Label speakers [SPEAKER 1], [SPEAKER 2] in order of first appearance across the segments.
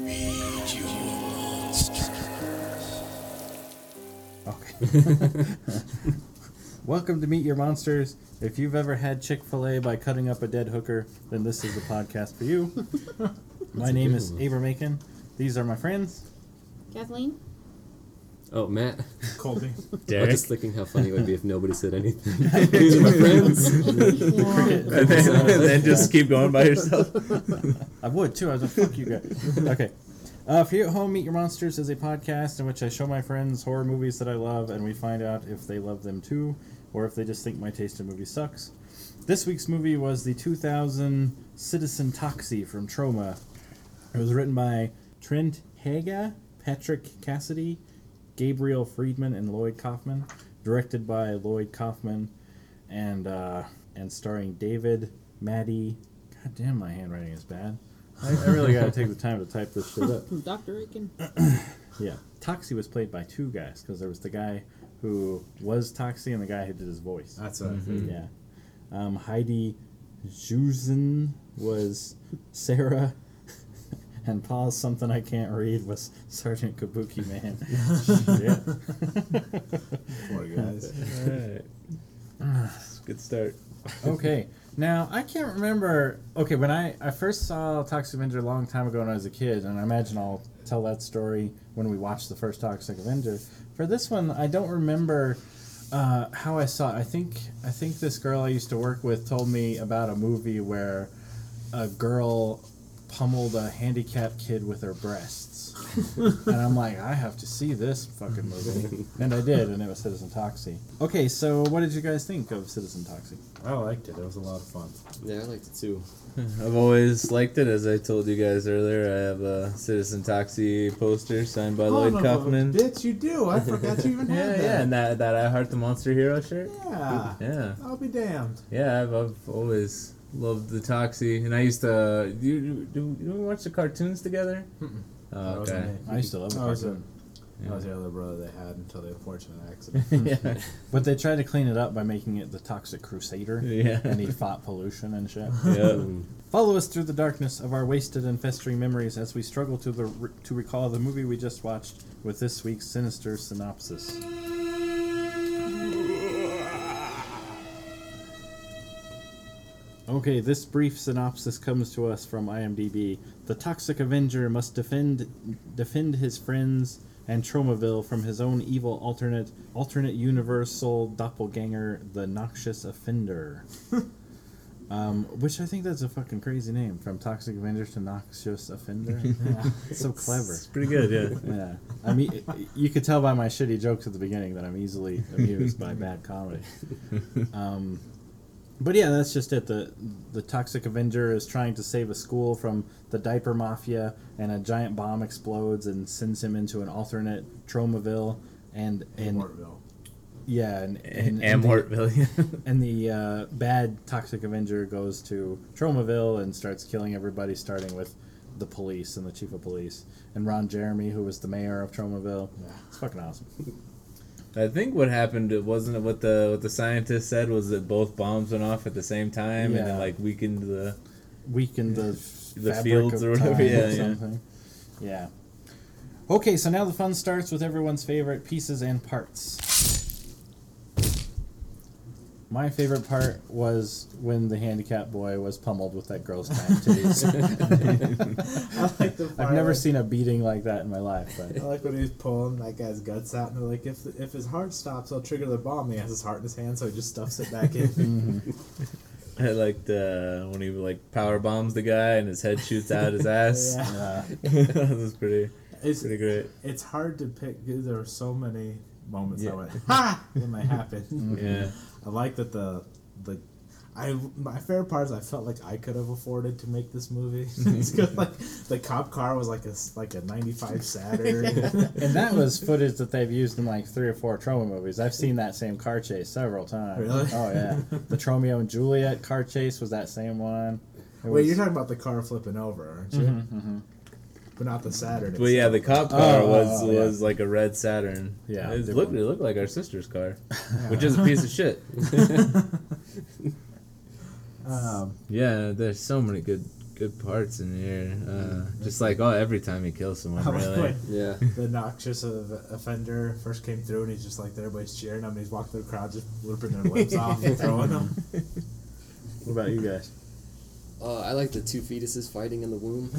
[SPEAKER 1] Welcome to Meet Your Monsters. If you've ever had Chick fil A by cutting up a dead hooker, then this is the podcast for you. my
[SPEAKER 2] a
[SPEAKER 1] name
[SPEAKER 2] good
[SPEAKER 1] is
[SPEAKER 2] one.
[SPEAKER 1] Abram Macon. These are my friends.
[SPEAKER 3] Kathleen?
[SPEAKER 2] Oh, Matt.
[SPEAKER 4] Colby.
[SPEAKER 2] I was just thinking how funny it would be if nobody said anything. These are my friends.
[SPEAKER 5] and then, and then just keep going by yourself.
[SPEAKER 1] I would too. I was like, fuck you guys. Okay. Uh, for you at home, Meet Your Monsters is a podcast in which I show my friends horror movies that I love, and we find out if they love them too, or if they just think my taste in movies sucks. This week's movie was the 2000 Citizen Toxie from Troma. It was written by Trent Haga, Patrick Cassidy, Gabriel Friedman, and Lloyd Kaufman. Directed by Lloyd Kaufman, and uh, and starring David Maddie. God damn, my handwriting is bad. I, I really gotta take the time to type this shit up.
[SPEAKER 3] Dr. Aiken?
[SPEAKER 1] Yeah, Toxie was played by two guys because there was the guy who was Toxie and the guy who did his voice.
[SPEAKER 4] That's what I figured.
[SPEAKER 1] Yeah. Um, Heidi Jusen was Sarah, and Paul something I can't read was Sergeant Kabuki Man. Shit.
[SPEAKER 4] Poor guys.
[SPEAKER 5] Alright. It's a Good start.
[SPEAKER 1] okay. Now I can't remember. Okay, when I, I first saw Toxic Avenger a long time ago when I was a kid, and I imagine I'll tell that story when we watch the first Toxic Avenger. For this one, I don't remember uh, how I saw it. I think I think this girl I used to work with told me about a movie where a girl pummeled a handicapped kid with her breasts. and I'm like, I have to see this fucking movie. And I did, and it was Citizen Toxie. Okay, so what did you guys think of Citizen Toxie?
[SPEAKER 4] I liked it. It was a lot of fun.
[SPEAKER 2] Yeah, I liked it too.
[SPEAKER 5] I've always liked it, as I told you guys earlier. I have a Citizen Taxi poster signed by Lloyd
[SPEAKER 4] Son of a
[SPEAKER 5] Kaufman.
[SPEAKER 4] Bitch, you do. I forgot you even
[SPEAKER 5] Yeah,
[SPEAKER 4] had
[SPEAKER 5] yeah,
[SPEAKER 4] that.
[SPEAKER 5] and that, that I Heart the Monster Hero shirt.
[SPEAKER 4] Yeah.
[SPEAKER 5] Yeah,
[SPEAKER 4] I'll be damned.
[SPEAKER 5] yeah, I've, I've always loved the Toxie, and I used to. Do, do, do, do we watch the cartoons together? Oh,
[SPEAKER 4] That was
[SPEAKER 5] okay.
[SPEAKER 4] me.
[SPEAKER 1] I used to love the
[SPEAKER 5] Oh,
[SPEAKER 4] That was, a,
[SPEAKER 1] cartoon.
[SPEAKER 4] that was the other brother they had until the unfortunate accident.
[SPEAKER 5] yeah,
[SPEAKER 1] But they tried to clean it up by making it the Toxic Crusader.
[SPEAKER 5] Yeah.
[SPEAKER 1] And he fought pollution and shit.
[SPEAKER 5] yeah.
[SPEAKER 1] Follow us through the darkness of our wasted and festering memories as we struggle to, the, to recall the movie we just watched with this week's sinister synopsis. Okay, this brief synopsis comes to us from IMDb. The Toxic Avenger must defend defend his friends and Tromaville from his own evil alternate alternate universal doppelganger, the Noxious Offender. um, which I think that's a fucking crazy name, from Toxic Avenger to Noxious Offender. It's so clever.
[SPEAKER 5] It's pretty good. Yeah.
[SPEAKER 1] Yeah, I mean, you could tell by my shitty jokes at the beginning that I'm easily amused by bad comedy. Um, but yeah, that's just it. the The Toxic Avenger is trying to save a school from the diaper mafia, and a giant bomb explodes and sends him into an alternate Tromaville, and and
[SPEAKER 4] Mortville.
[SPEAKER 1] yeah, and and, and the,
[SPEAKER 5] Amhortville.
[SPEAKER 1] and the uh, bad Toxic Avenger goes to Tromaville and starts killing everybody, starting with the police and the chief of police and Ron Jeremy, who was the mayor of Tromaville.
[SPEAKER 4] Yeah.
[SPEAKER 1] It's fucking awesome.
[SPEAKER 5] I think what happened it wasn't it what the what the scientist said was that both bombs went off at the same time and
[SPEAKER 1] Yeah.
[SPEAKER 5] it like weakened the
[SPEAKER 1] Weakened the
[SPEAKER 5] The
[SPEAKER 1] fabric
[SPEAKER 5] fields
[SPEAKER 1] of
[SPEAKER 5] or whatever,
[SPEAKER 1] time
[SPEAKER 5] yeah, yeah.
[SPEAKER 1] something. Yeah. Okay, so now the fun starts with everyone's favorite pieces and parts. My favorite part was when the handicapped boy was pummeled with that girl's back titties.
[SPEAKER 4] I like the
[SPEAKER 1] I've
[SPEAKER 4] part
[SPEAKER 1] never
[SPEAKER 4] where-
[SPEAKER 1] seen a beating like that in my life, but
[SPEAKER 4] I like when he's pulling that guy's guts out, and they're like, if if his heart stops, I'll trigger the bomb. He has his heart in his hand, so he just stuffs it back in.
[SPEAKER 1] mm-hmm.
[SPEAKER 5] I liked uh, when he like power bombs the guy and his head shoots out his ass.
[SPEAKER 4] Yeah.
[SPEAKER 1] uh,
[SPEAKER 5] that was pretty
[SPEAKER 4] It's
[SPEAKER 5] pretty great.
[SPEAKER 4] it's hard to pick. 'cause There were so many moments I
[SPEAKER 5] Yeah. Mm.
[SPEAKER 4] went, ha! When they happened.
[SPEAKER 5] Yeah.
[SPEAKER 4] I like that the the. I my favorite part is I felt like I could have afforded to make this movie. It's good, like the cop car was like a s- like a ninety five Saturn.
[SPEAKER 1] and that was footage that they've used in like three or four Troma movies. I've seen that same car chase several times.
[SPEAKER 4] Really?
[SPEAKER 1] Oh yeah, the Tromeo and Juliet car chase was that same one. It
[SPEAKER 4] Wait,
[SPEAKER 1] was- Mm-hmm.
[SPEAKER 4] you're talking about the car flipping over, aren't you? But not the Saturn.
[SPEAKER 5] But yeah, the cop
[SPEAKER 1] Oh,
[SPEAKER 5] car
[SPEAKER 1] oh,
[SPEAKER 5] was
[SPEAKER 1] oh, yeah.
[SPEAKER 5] was like a red Saturn.
[SPEAKER 1] Yeah,
[SPEAKER 5] It
[SPEAKER 1] they
[SPEAKER 5] looked
[SPEAKER 1] were.
[SPEAKER 5] it looked like our sister's car.
[SPEAKER 4] Yeah.
[SPEAKER 5] Which is a piece of shit.
[SPEAKER 4] Um,
[SPEAKER 5] Yeah, there's so many good good parts in here. Uh, just like oh, every time he kills someone,
[SPEAKER 1] Oh,
[SPEAKER 5] really.
[SPEAKER 2] Yeah.
[SPEAKER 4] the noxious of offender first came through, and he's just like everybody's cheering him. And he's walking through the crowd, just ripping their lips off and throwing them.
[SPEAKER 1] What about you guys?
[SPEAKER 2] Uh, I like the two fetuses fighting in the womb.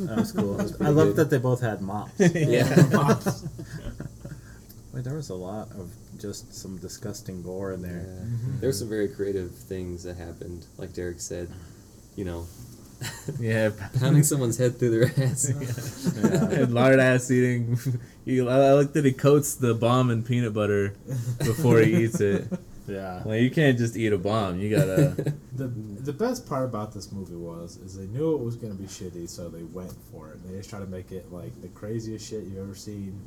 [SPEAKER 1] That was cool.
[SPEAKER 2] That was
[SPEAKER 1] I
[SPEAKER 2] pretty
[SPEAKER 1] love
[SPEAKER 2] good.
[SPEAKER 1] that they both had mops.
[SPEAKER 2] Yeah.
[SPEAKER 1] Wait, there was a lot of just some disgusting gore in
[SPEAKER 2] Yeah.
[SPEAKER 1] there.
[SPEAKER 2] There were some very creative things that happened, like Derek said. You know,
[SPEAKER 5] Yeah,
[SPEAKER 2] pounding someone's head through their ass.
[SPEAKER 5] and lard ass eating. He, I I like that he coats the bomb in peanut butter before he eats it.
[SPEAKER 1] Yeah.
[SPEAKER 5] Like you can't just eat a bomb. You gotta.
[SPEAKER 4] The the best part about this movie was is they knew it was gonna be shitty, so they went for it. They just tried to make it like the craziest shit you've ever seen,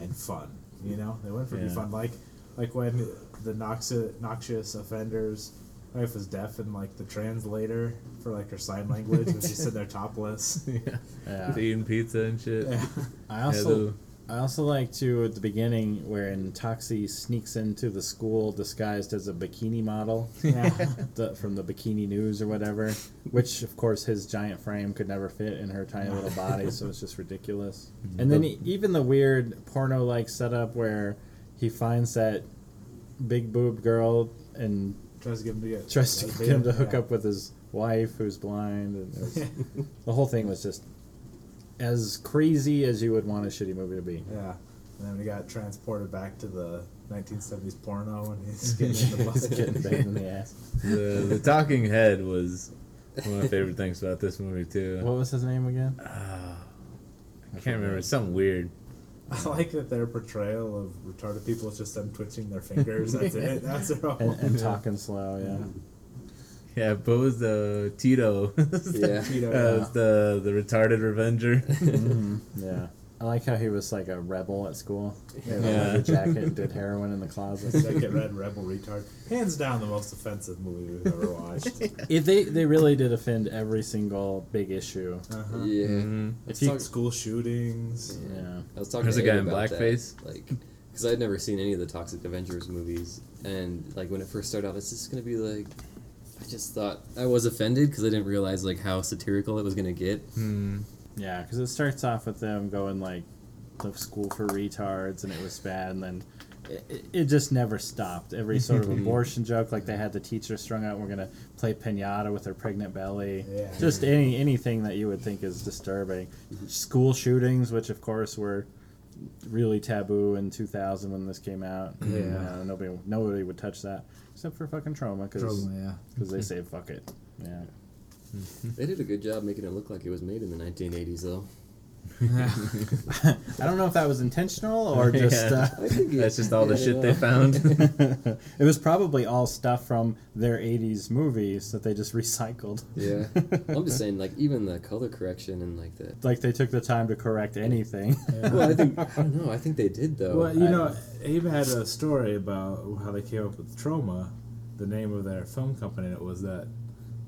[SPEAKER 4] and fun. You know, they went for it to be
[SPEAKER 1] Yeah.
[SPEAKER 4] fun. Like like when the noxious noxious offenders. My wife was deaf, and like the translator for like her sign language was just sitting there topless.
[SPEAKER 5] yeah.
[SPEAKER 1] Yeah.
[SPEAKER 5] Just eating pizza and shit.
[SPEAKER 4] Yeah.
[SPEAKER 1] I
[SPEAKER 5] Yeah,
[SPEAKER 1] also
[SPEAKER 5] the-
[SPEAKER 1] I also like to at the beginning wherein Toxie sneaks into the school disguised as a bikini model
[SPEAKER 4] yeah.
[SPEAKER 1] the, from the Bikini News or whatever, which of course his giant frame could never fit in her tiny little body, so it's just ridiculous. And then he, even the weird porno like setup where he finds that big boob girl and
[SPEAKER 4] Tries to get him to get
[SPEAKER 1] tries to
[SPEAKER 4] like,
[SPEAKER 1] get him to
[SPEAKER 4] yeah.
[SPEAKER 1] hook up with his wife who's blind and it was, the whole thing was just as crazy as you would want a shitty movie to be
[SPEAKER 4] Yeah. And then we got transported back to the 1970s porno and he's getting in the
[SPEAKER 1] getting
[SPEAKER 4] bucket.
[SPEAKER 1] banged in the ass
[SPEAKER 5] The, the talking head was one of my favorite things about this movie too.
[SPEAKER 1] what was his name again
[SPEAKER 5] I can't remember. It's something weird.
[SPEAKER 4] I like that their portrayal of retarded people is just them twitching their fingers. That's it. That's their
[SPEAKER 1] and,
[SPEAKER 4] whole.
[SPEAKER 1] and talking slow yeah
[SPEAKER 5] Yeah, but it was the Tito.
[SPEAKER 2] Yeah.
[SPEAKER 4] Tito,
[SPEAKER 5] Uh,
[SPEAKER 4] yeah.
[SPEAKER 5] the the retarded revenger.
[SPEAKER 1] Mm-hmm. yeah i like how he was like a rebel at school yeah.
[SPEAKER 5] Yeah.
[SPEAKER 1] leather jacket and did heroin in the closet
[SPEAKER 4] Second Red Rebel Retard. Hands down the most offensive movie we've ever watched.
[SPEAKER 1] if they they really did offend every single big issue
[SPEAKER 4] Uh-huh.
[SPEAKER 2] Yeah.
[SPEAKER 5] Mhm.
[SPEAKER 2] I was
[SPEAKER 1] He-
[SPEAKER 2] talk-
[SPEAKER 4] School shootings.
[SPEAKER 1] yeah
[SPEAKER 2] I was talking
[SPEAKER 5] There's
[SPEAKER 2] to
[SPEAKER 5] a guy
[SPEAKER 2] Abe
[SPEAKER 5] in
[SPEAKER 2] about
[SPEAKER 5] blackface.
[SPEAKER 2] That, like, because I'd never seen any of the Toxic Avengers movies, and like when it first started out, it's just gonna be like. I just thought I was offended because I didn't realize like how satirical it was gonna get.
[SPEAKER 1] Yeah, because it starts off with them going like the school for retards, and it was bad, and then it- it, it just never stopped. Every sort of abortion joke, like they had the teacher strung out, we're gonna play pinata with her pregnant belly.
[SPEAKER 4] Yeah. Mm-hmm.
[SPEAKER 1] Just any anything that you would think is disturbing. School shootings, which of course were really taboo in 2000 when this came out.
[SPEAKER 4] Yeah.
[SPEAKER 1] Uh, nobody nobody would touch that except for fucking trauma, because
[SPEAKER 4] Trauma,
[SPEAKER 1] they say fuck it. Yeah.
[SPEAKER 2] They did a good job making it look like it was made in the 1980s, though.
[SPEAKER 1] I don't know if that was intentional or just.
[SPEAKER 5] Yeah.
[SPEAKER 1] Uh,
[SPEAKER 2] I think
[SPEAKER 5] That's just all the
[SPEAKER 2] yeah,
[SPEAKER 5] shit
[SPEAKER 2] yeah.
[SPEAKER 5] they found.
[SPEAKER 1] it was probably all stuff from their 80s movies that they just recycled.
[SPEAKER 2] Yeah, I'm just saying, like even the color correction and like the.
[SPEAKER 1] Like they took the time to correct anything.
[SPEAKER 4] yeah.
[SPEAKER 2] Well, I think I don't know. I think they did though.
[SPEAKER 4] Well, you
[SPEAKER 2] I-
[SPEAKER 4] know, Abe had a story about how they came up with Trauma, the name of their film company, and it was that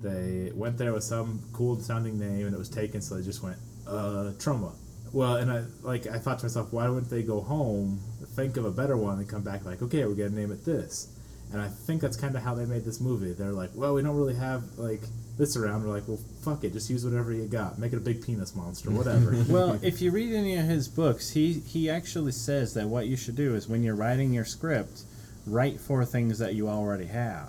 [SPEAKER 4] they went there with some cool sounding name and it was taken, so they just went, uh, Trauma. Well, and I like I thought to myself, why wouldn't they go home, think of a better one, and come back like, okay, we're gonna name it this. And I think that's kind of how they made this movie. They're like, well, we don't really have like this around. We're like, well, fuck it, just use whatever you got. Make it a big penis monster, whatever.
[SPEAKER 1] well, if you read any of his books, he, he actually says that what you should do is when you're writing your script, write for things that you already have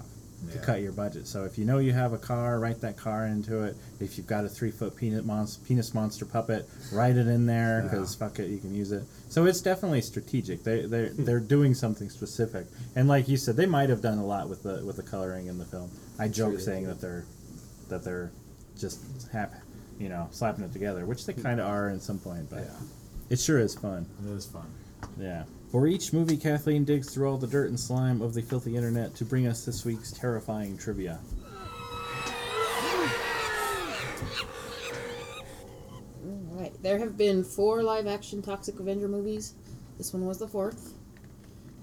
[SPEAKER 1] to
[SPEAKER 4] Yeah.
[SPEAKER 1] cut your budget. So if you know you have a car, write that car into it. If you've got a three foot peanut monster, penis monster puppet, write it in there because fuck it, you can use it. So it's definitely strategic. They they they're doing something specific. And like you said, they might have done a lot with the with the coloring in the film. I joke
[SPEAKER 2] they
[SPEAKER 1] saying
[SPEAKER 2] did.
[SPEAKER 1] that they're that they're just hap, you know, slapping it together, which they kind of are in some point. But
[SPEAKER 4] Hmm. Yeah.
[SPEAKER 1] it sure is fun.
[SPEAKER 4] it was fun.
[SPEAKER 1] Yeah. For each movie, Kathleen digs through all the dirt and slime of the filthy internet to bring us this week's terrifying trivia.
[SPEAKER 3] All right. There have been four live action Toxic Avenger movies. This one was the fourth.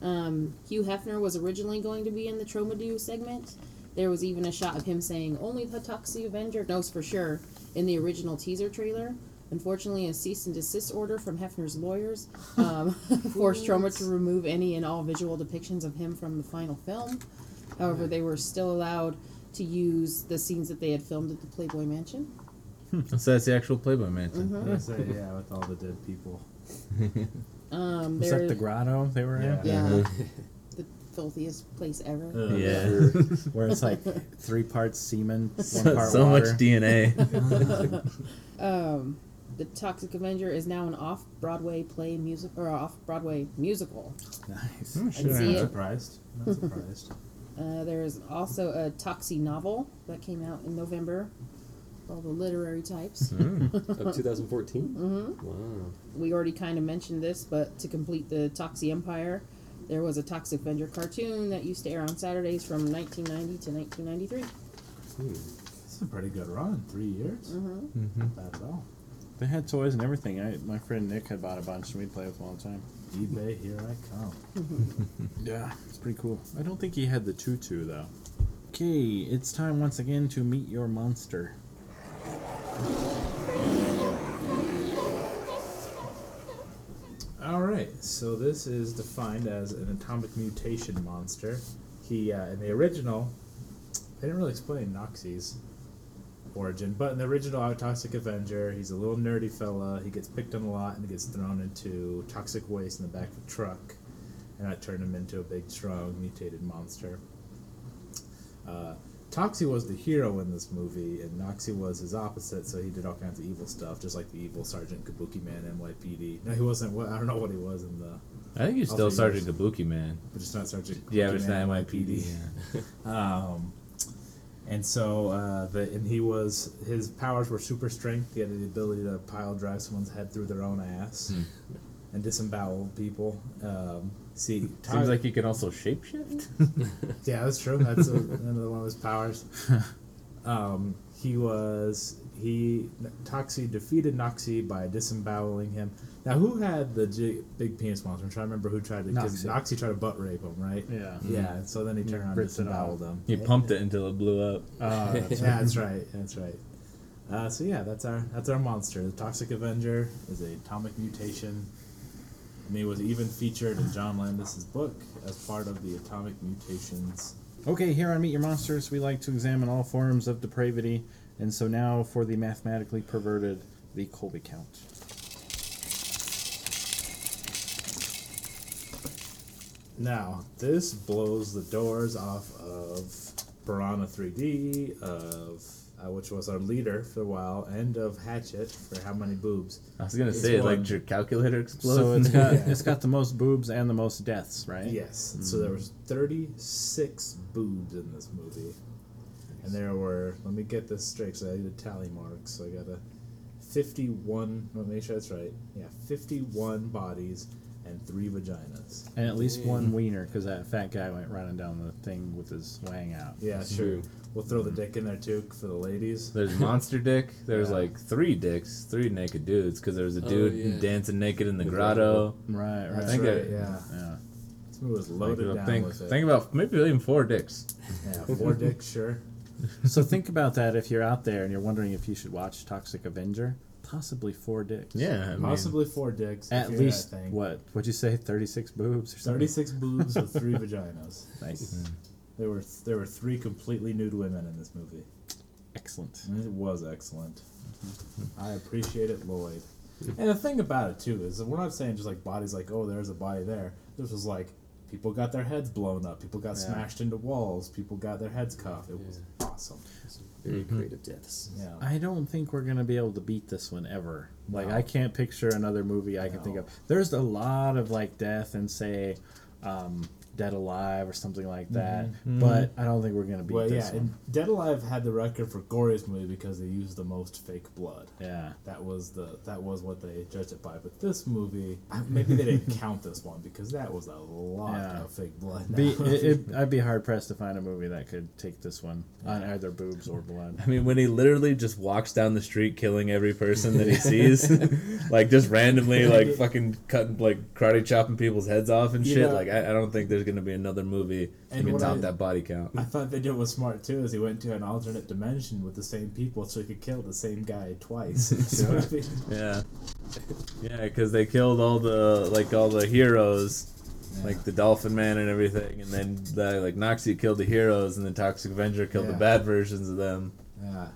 [SPEAKER 3] Um, Hugh Hefner was originally going to be in the Tromadu segment. There was even a shot of him saying, Only the Toxic Avenger knows for sure, in the original teaser trailer. Unfortunately, a cease and desist order from Hefner's lawyers um, forced Troma to remove any and all visual depictions of him from the final film. However, they were still allowed to use the scenes that they had filmed at the Playboy Mansion.
[SPEAKER 5] So that's the actual Playboy Mansion.
[SPEAKER 4] I was gonna say, yeah, with all the dead people.
[SPEAKER 3] Um,
[SPEAKER 1] Was
[SPEAKER 3] they're
[SPEAKER 1] that the grotto they were in?
[SPEAKER 4] Yeah.
[SPEAKER 3] yeah,
[SPEAKER 5] Uh-huh.
[SPEAKER 3] the filthiest place ever.
[SPEAKER 1] Mm-hmm.
[SPEAKER 4] Ugh.
[SPEAKER 5] Yeah.
[SPEAKER 1] Where it's like three parts semen, one
[SPEAKER 5] so
[SPEAKER 1] part
[SPEAKER 5] so much
[SPEAKER 1] water.
[SPEAKER 5] DNA.
[SPEAKER 3] um, the Toxic Avenger is now an off-Broadway play music or off-Broadway musical.
[SPEAKER 1] nice.
[SPEAKER 4] I'm sure
[SPEAKER 3] see
[SPEAKER 4] I'm
[SPEAKER 3] it.
[SPEAKER 4] surprised. I'm not surprised.
[SPEAKER 3] Uh, there is also a Toxie novel that came out in November. for All the literary types.
[SPEAKER 2] Of 2014? Mm-hmm. Wow.
[SPEAKER 3] we already kind of mentioned this, but to complete the Toxie Empire, there was a Toxic Avenger cartoon that used to air on Saturdays from 1990 to 1993.
[SPEAKER 4] It's a pretty good run. Three years. Mm-hmm. Not bad at all.
[SPEAKER 1] They had toys and everything. I, my friend Nick had bought a bunch, and we'd play with them all the time.
[SPEAKER 4] eBay, here I come.
[SPEAKER 1] Yeah, it's pretty cool. I don't think he had the tutu though. Okay, it's time once again to meet your monster.
[SPEAKER 4] All right, so this is defined as an atomic mutation monster. He uh, in the original, they didn't really explain Noxie's origin, but in the original Out Toxic Avenger, he's a little nerdy fella. He gets picked on a lot and he gets thrown into toxic waste in the back of a truck, and that turned him into a big, strong, mutated monster. Uh, Toxie was the hero in this movie, and Noxie was his opposite, so he did all kinds of evil stuff, just like the evil Sergeant Kabuki Man in NYPD. No, he wasn't. What I don't know what he was in the,
[SPEAKER 5] I think you're
[SPEAKER 4] I'll
[SPEAKER 5] still
[SPEAKER 4] say
[SPEAKER 5] Sergeant Kabuki, man.
[SPEAKER 4] but it's not Sergeant.
[SPEAKER 5] Yeah,
[SPEAKER 4] Kabuki
[SPEAKER 5] but it's
[SPEAKER 4] Man
[SPEAKER 5] not
[SPEAKER 4] in
[SPEAKER 5] NYPD.
[SPEAKER 4] Um, and so, uh, the, and he was his powers were super strength. He had the ability to pile drive someone's head through their own ass
[SPEAKER 5] Hmm.
[SPEAKER 4] and disembowel people. Um, see, Tox-
[SPEAKER 5] Seems like you can also shapeshift.
[SPEAKER 4] yeah, that's true. That's a, another one of his powers. Um, he was he Toxie defeated Noxie by disemboweling him. Now, who had the gi- big penis monster? I'm trying to remember who tried to. Because
[SPEAKER 1] Noxie.
[SPEAKER 4] Noxie tried to butt rape him, right?
[SPEAKER 1] Yeah.
[SPEAKER 4] Yeah, and so then he turned around and
[SPEAKER 1] ripped it out.
[SPEAKER 4] disemboweled him.
[SPEAKER 5] You pumped it until it blew up.
[SPEAKER 1] Uh, that's
[SPEAKER 4] yeah, that's right. That's right. Uh, so yeah, that's our that's our monster. The Toxic Avenger is a atomic mutation, and he was even featured in John Landis's book as part of the Atomic Mutations.
[SPEAKER 1] Okay, here on Meet Your Monsters, we like to examine all forms of depravity, and so now for the mathematically perverted, the Colby count.
[SPEAKER 4] Now this blows the doors off of Piranha 3D, of uh, which was our leader for a while, and of Hatchet for how many boobs?
[SPEAKER 5] I was gonna
[SPEAKER 4] It's
[SPEAKER 5] say,
[SPEAKER 4] one.
[SPEAKER 5] like your calculator
[SPEAKER 1] So
[SPEAKER 5] explodes.
[SPEAKER 1] it's got it's got the most boobs and the most deaths, right?
[SPEAKER 4] Yes. So there was 36 boobs in this movie. And there were, let me get this straight, so I need a tally mark, so I got a 51, let me make sure that's right. Yeah, 51 bodies and three vaginas.
[SPEAKER 1] And at least one wiener, because that fat guy went running down the thing with his wang out.
[SPEAKER 4] Yeah, sure.
[SPEAKER 2] true.
[SPEAKER 4] We'll throw the dick in there too for the ladies.
[SPEAKER 5] There's monster dick. There's
[SPEAKER 4] Yeah.
[SPEAKER 5] like three dicks, three naked dudes, because there was a
[SPEAKER 2] Oh,
[SPEAKER 5] dude
[SPEAKER 2] yeah.
[SPEAKER 5] dancing naked in the
[SPEAKER 2] With
[SPEAKER 5] grotto.
[SPEAKER 1] Right, right.
[SPEAKER 4] That's
[SPEAKER 5] think
[SPEAKER 4] right,
[SPEAKER 5] it-
[SPEAKER 4] yeah.
[SPEAKER 1] Yeah.
[SPEAKER 4] This movie was
[SPEAKER 5] Like,
[SPEAKER 1] uh,
[SPEAKER 4] loaded down
[SPEAKER 5] think,
[SPEAKER 4] with it.
[SPEAKER 5] think about maybe even four dicks.
[SPEAKER 4] yeah, four dicks, sure.
[SPEAKER 1] So think about that if you're out there and you're wondering if you should watch Toxic Avenger. Possibly four dicks.
[SPEAKER 5] Yeah, I mean,
[SPEAKER 4] Possibly four dicks.
[SPEAKER 1] At
[SPEAKER 4] if you're
[SPEAKER 1] least
[SPEAKER 4] that thing.
[SPEAKER 1] what? What'd you say? Thirty six boobs or something?
[SPEAKER 4] 36 boobs with three vaginas.
[SPEAKER 1] Nice.
[SPEAKER 4] Mm. There were there were three completely nude women in this movie.
[SPEAKER 1] Excellent.
[SPEAKER 4] And It was excellent. I appreciate it, Lloyd. And the thing about it too is that we're not saying just like bodies like oh there's a body there. This was like people got their heads blown up, people got
[SPEAKER 1] Yeah.
[SPEAKER 4] smashed into walls, people got their heads cuffed. It was awesome.
[SPEAKER 2] Very creative deaths.
[SPEAKER 4] Yeah.
[SPEAKER 1] I don't think we're gonna be able to beat this one ever. Like
[SPEAKER 4] No.
[SPEAKER 1] I can't picture another movie I can think
[SPEAKER 4] No.
[SPEAKER 1] of. There's a lot of like death and say, um, Dead Alive or something like that. But I don't think we're gonna beat
[SPEAKER 4] Mm-hmm. well,
[SPEAKER 1] this
[SPEAKER 4] yeah,
[SPEAKER 1] one.
[SPEAKER 4] and Dead Alive had the record for goriest movie because they used the most fake blood.
[SPEAKER 1] Yeah.
[SPEAKER 4] That was the that was what they judged it by. But this movie, I- maybe they didn't count this one because that was a lot
[SPEAKER 1] Yeah.
[SPEAKER 4] of fake blood. in
[SPEAKER 1] Be,
[SPEAKER 4] that movie.
[SPEAKER 1] it, it, I'd be hard pressed to find a movie that could take this one on either boobs or blood.
[SPEAKER 5] I mean, when he literally just walks down the street killing every person that he sees, like just randomly, like fucking cutting, like karate chopping people's heads off and
[SPEAKER 4] You
[SPEAKER 5] shit.
[SPEAKER 4] know-
[SPEAKER 5] like, I, I don't think there's gonna be another movie that
[SPEAKER 4] And
[SPEAKER 5] can
[SPEAKER 4] what
[SPEAKER 5] top
[SPEAKER 4] I-
[SPEAKER 5] that body count.
[SPEAKER 4] I thought they did was smart too, is he went to an alternate dimension with the same people, so he could kill the same guy twice. So, I mean,
[SPEAKER 5] Yeah, yeah, because they killed all the like all the heroes, like the Dolphin Man and everything, and then the, like Noxie killed the heroes, and the Toxic Avenger killed
[SPEAKER 4] Yeah.
[SPEAKER 5] the bad versions of them.
[SPEAKER 4] yeah,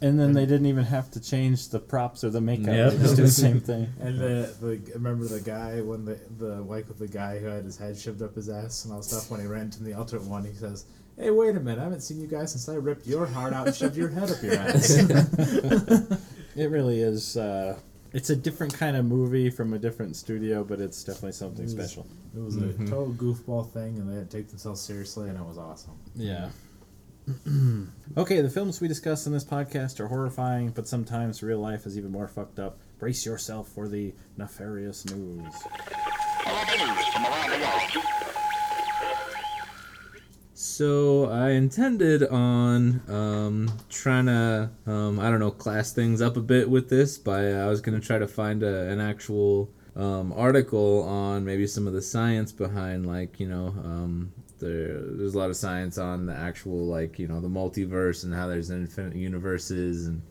[SPEAKER 1] And then they didn't even have to change the props or the makeup.
[SPEAKER 5] Yep.
[SPEAKER 1] They just do the same thing.
[SPEAKER 4] And the, the remember the guy when the the like with the guy who had his head shoved up his ass and all stuff when he ran to the alternate one he says, "Hey, wait a minute! I haven't seen you guys since I ripped your heart out and shoved your head up your ass."
[SPEAKER 1] It really is. Uh, it's a different kind of movie from a different studio, but it's definitely something special.
[SPEAKER 4] It was a total goofball thing, and they didn't take themselves seriously, and it was awesome.
[SPEAKER 1] Yeah. okay, the films we discuss in this podcast are horrifying, but sometimes real life is even more fucked up. Brace yourself for the nefarious news.
[SPEAKER 5] So I intended on um, trying to, um, I don't know, class things up a bit with this. By I was gonna try to find a, an actual um, article on maybe some of the science behind, like you know, um, there, there's a lot of science on the actual, like you know, the multiverse and how there's infinite universes and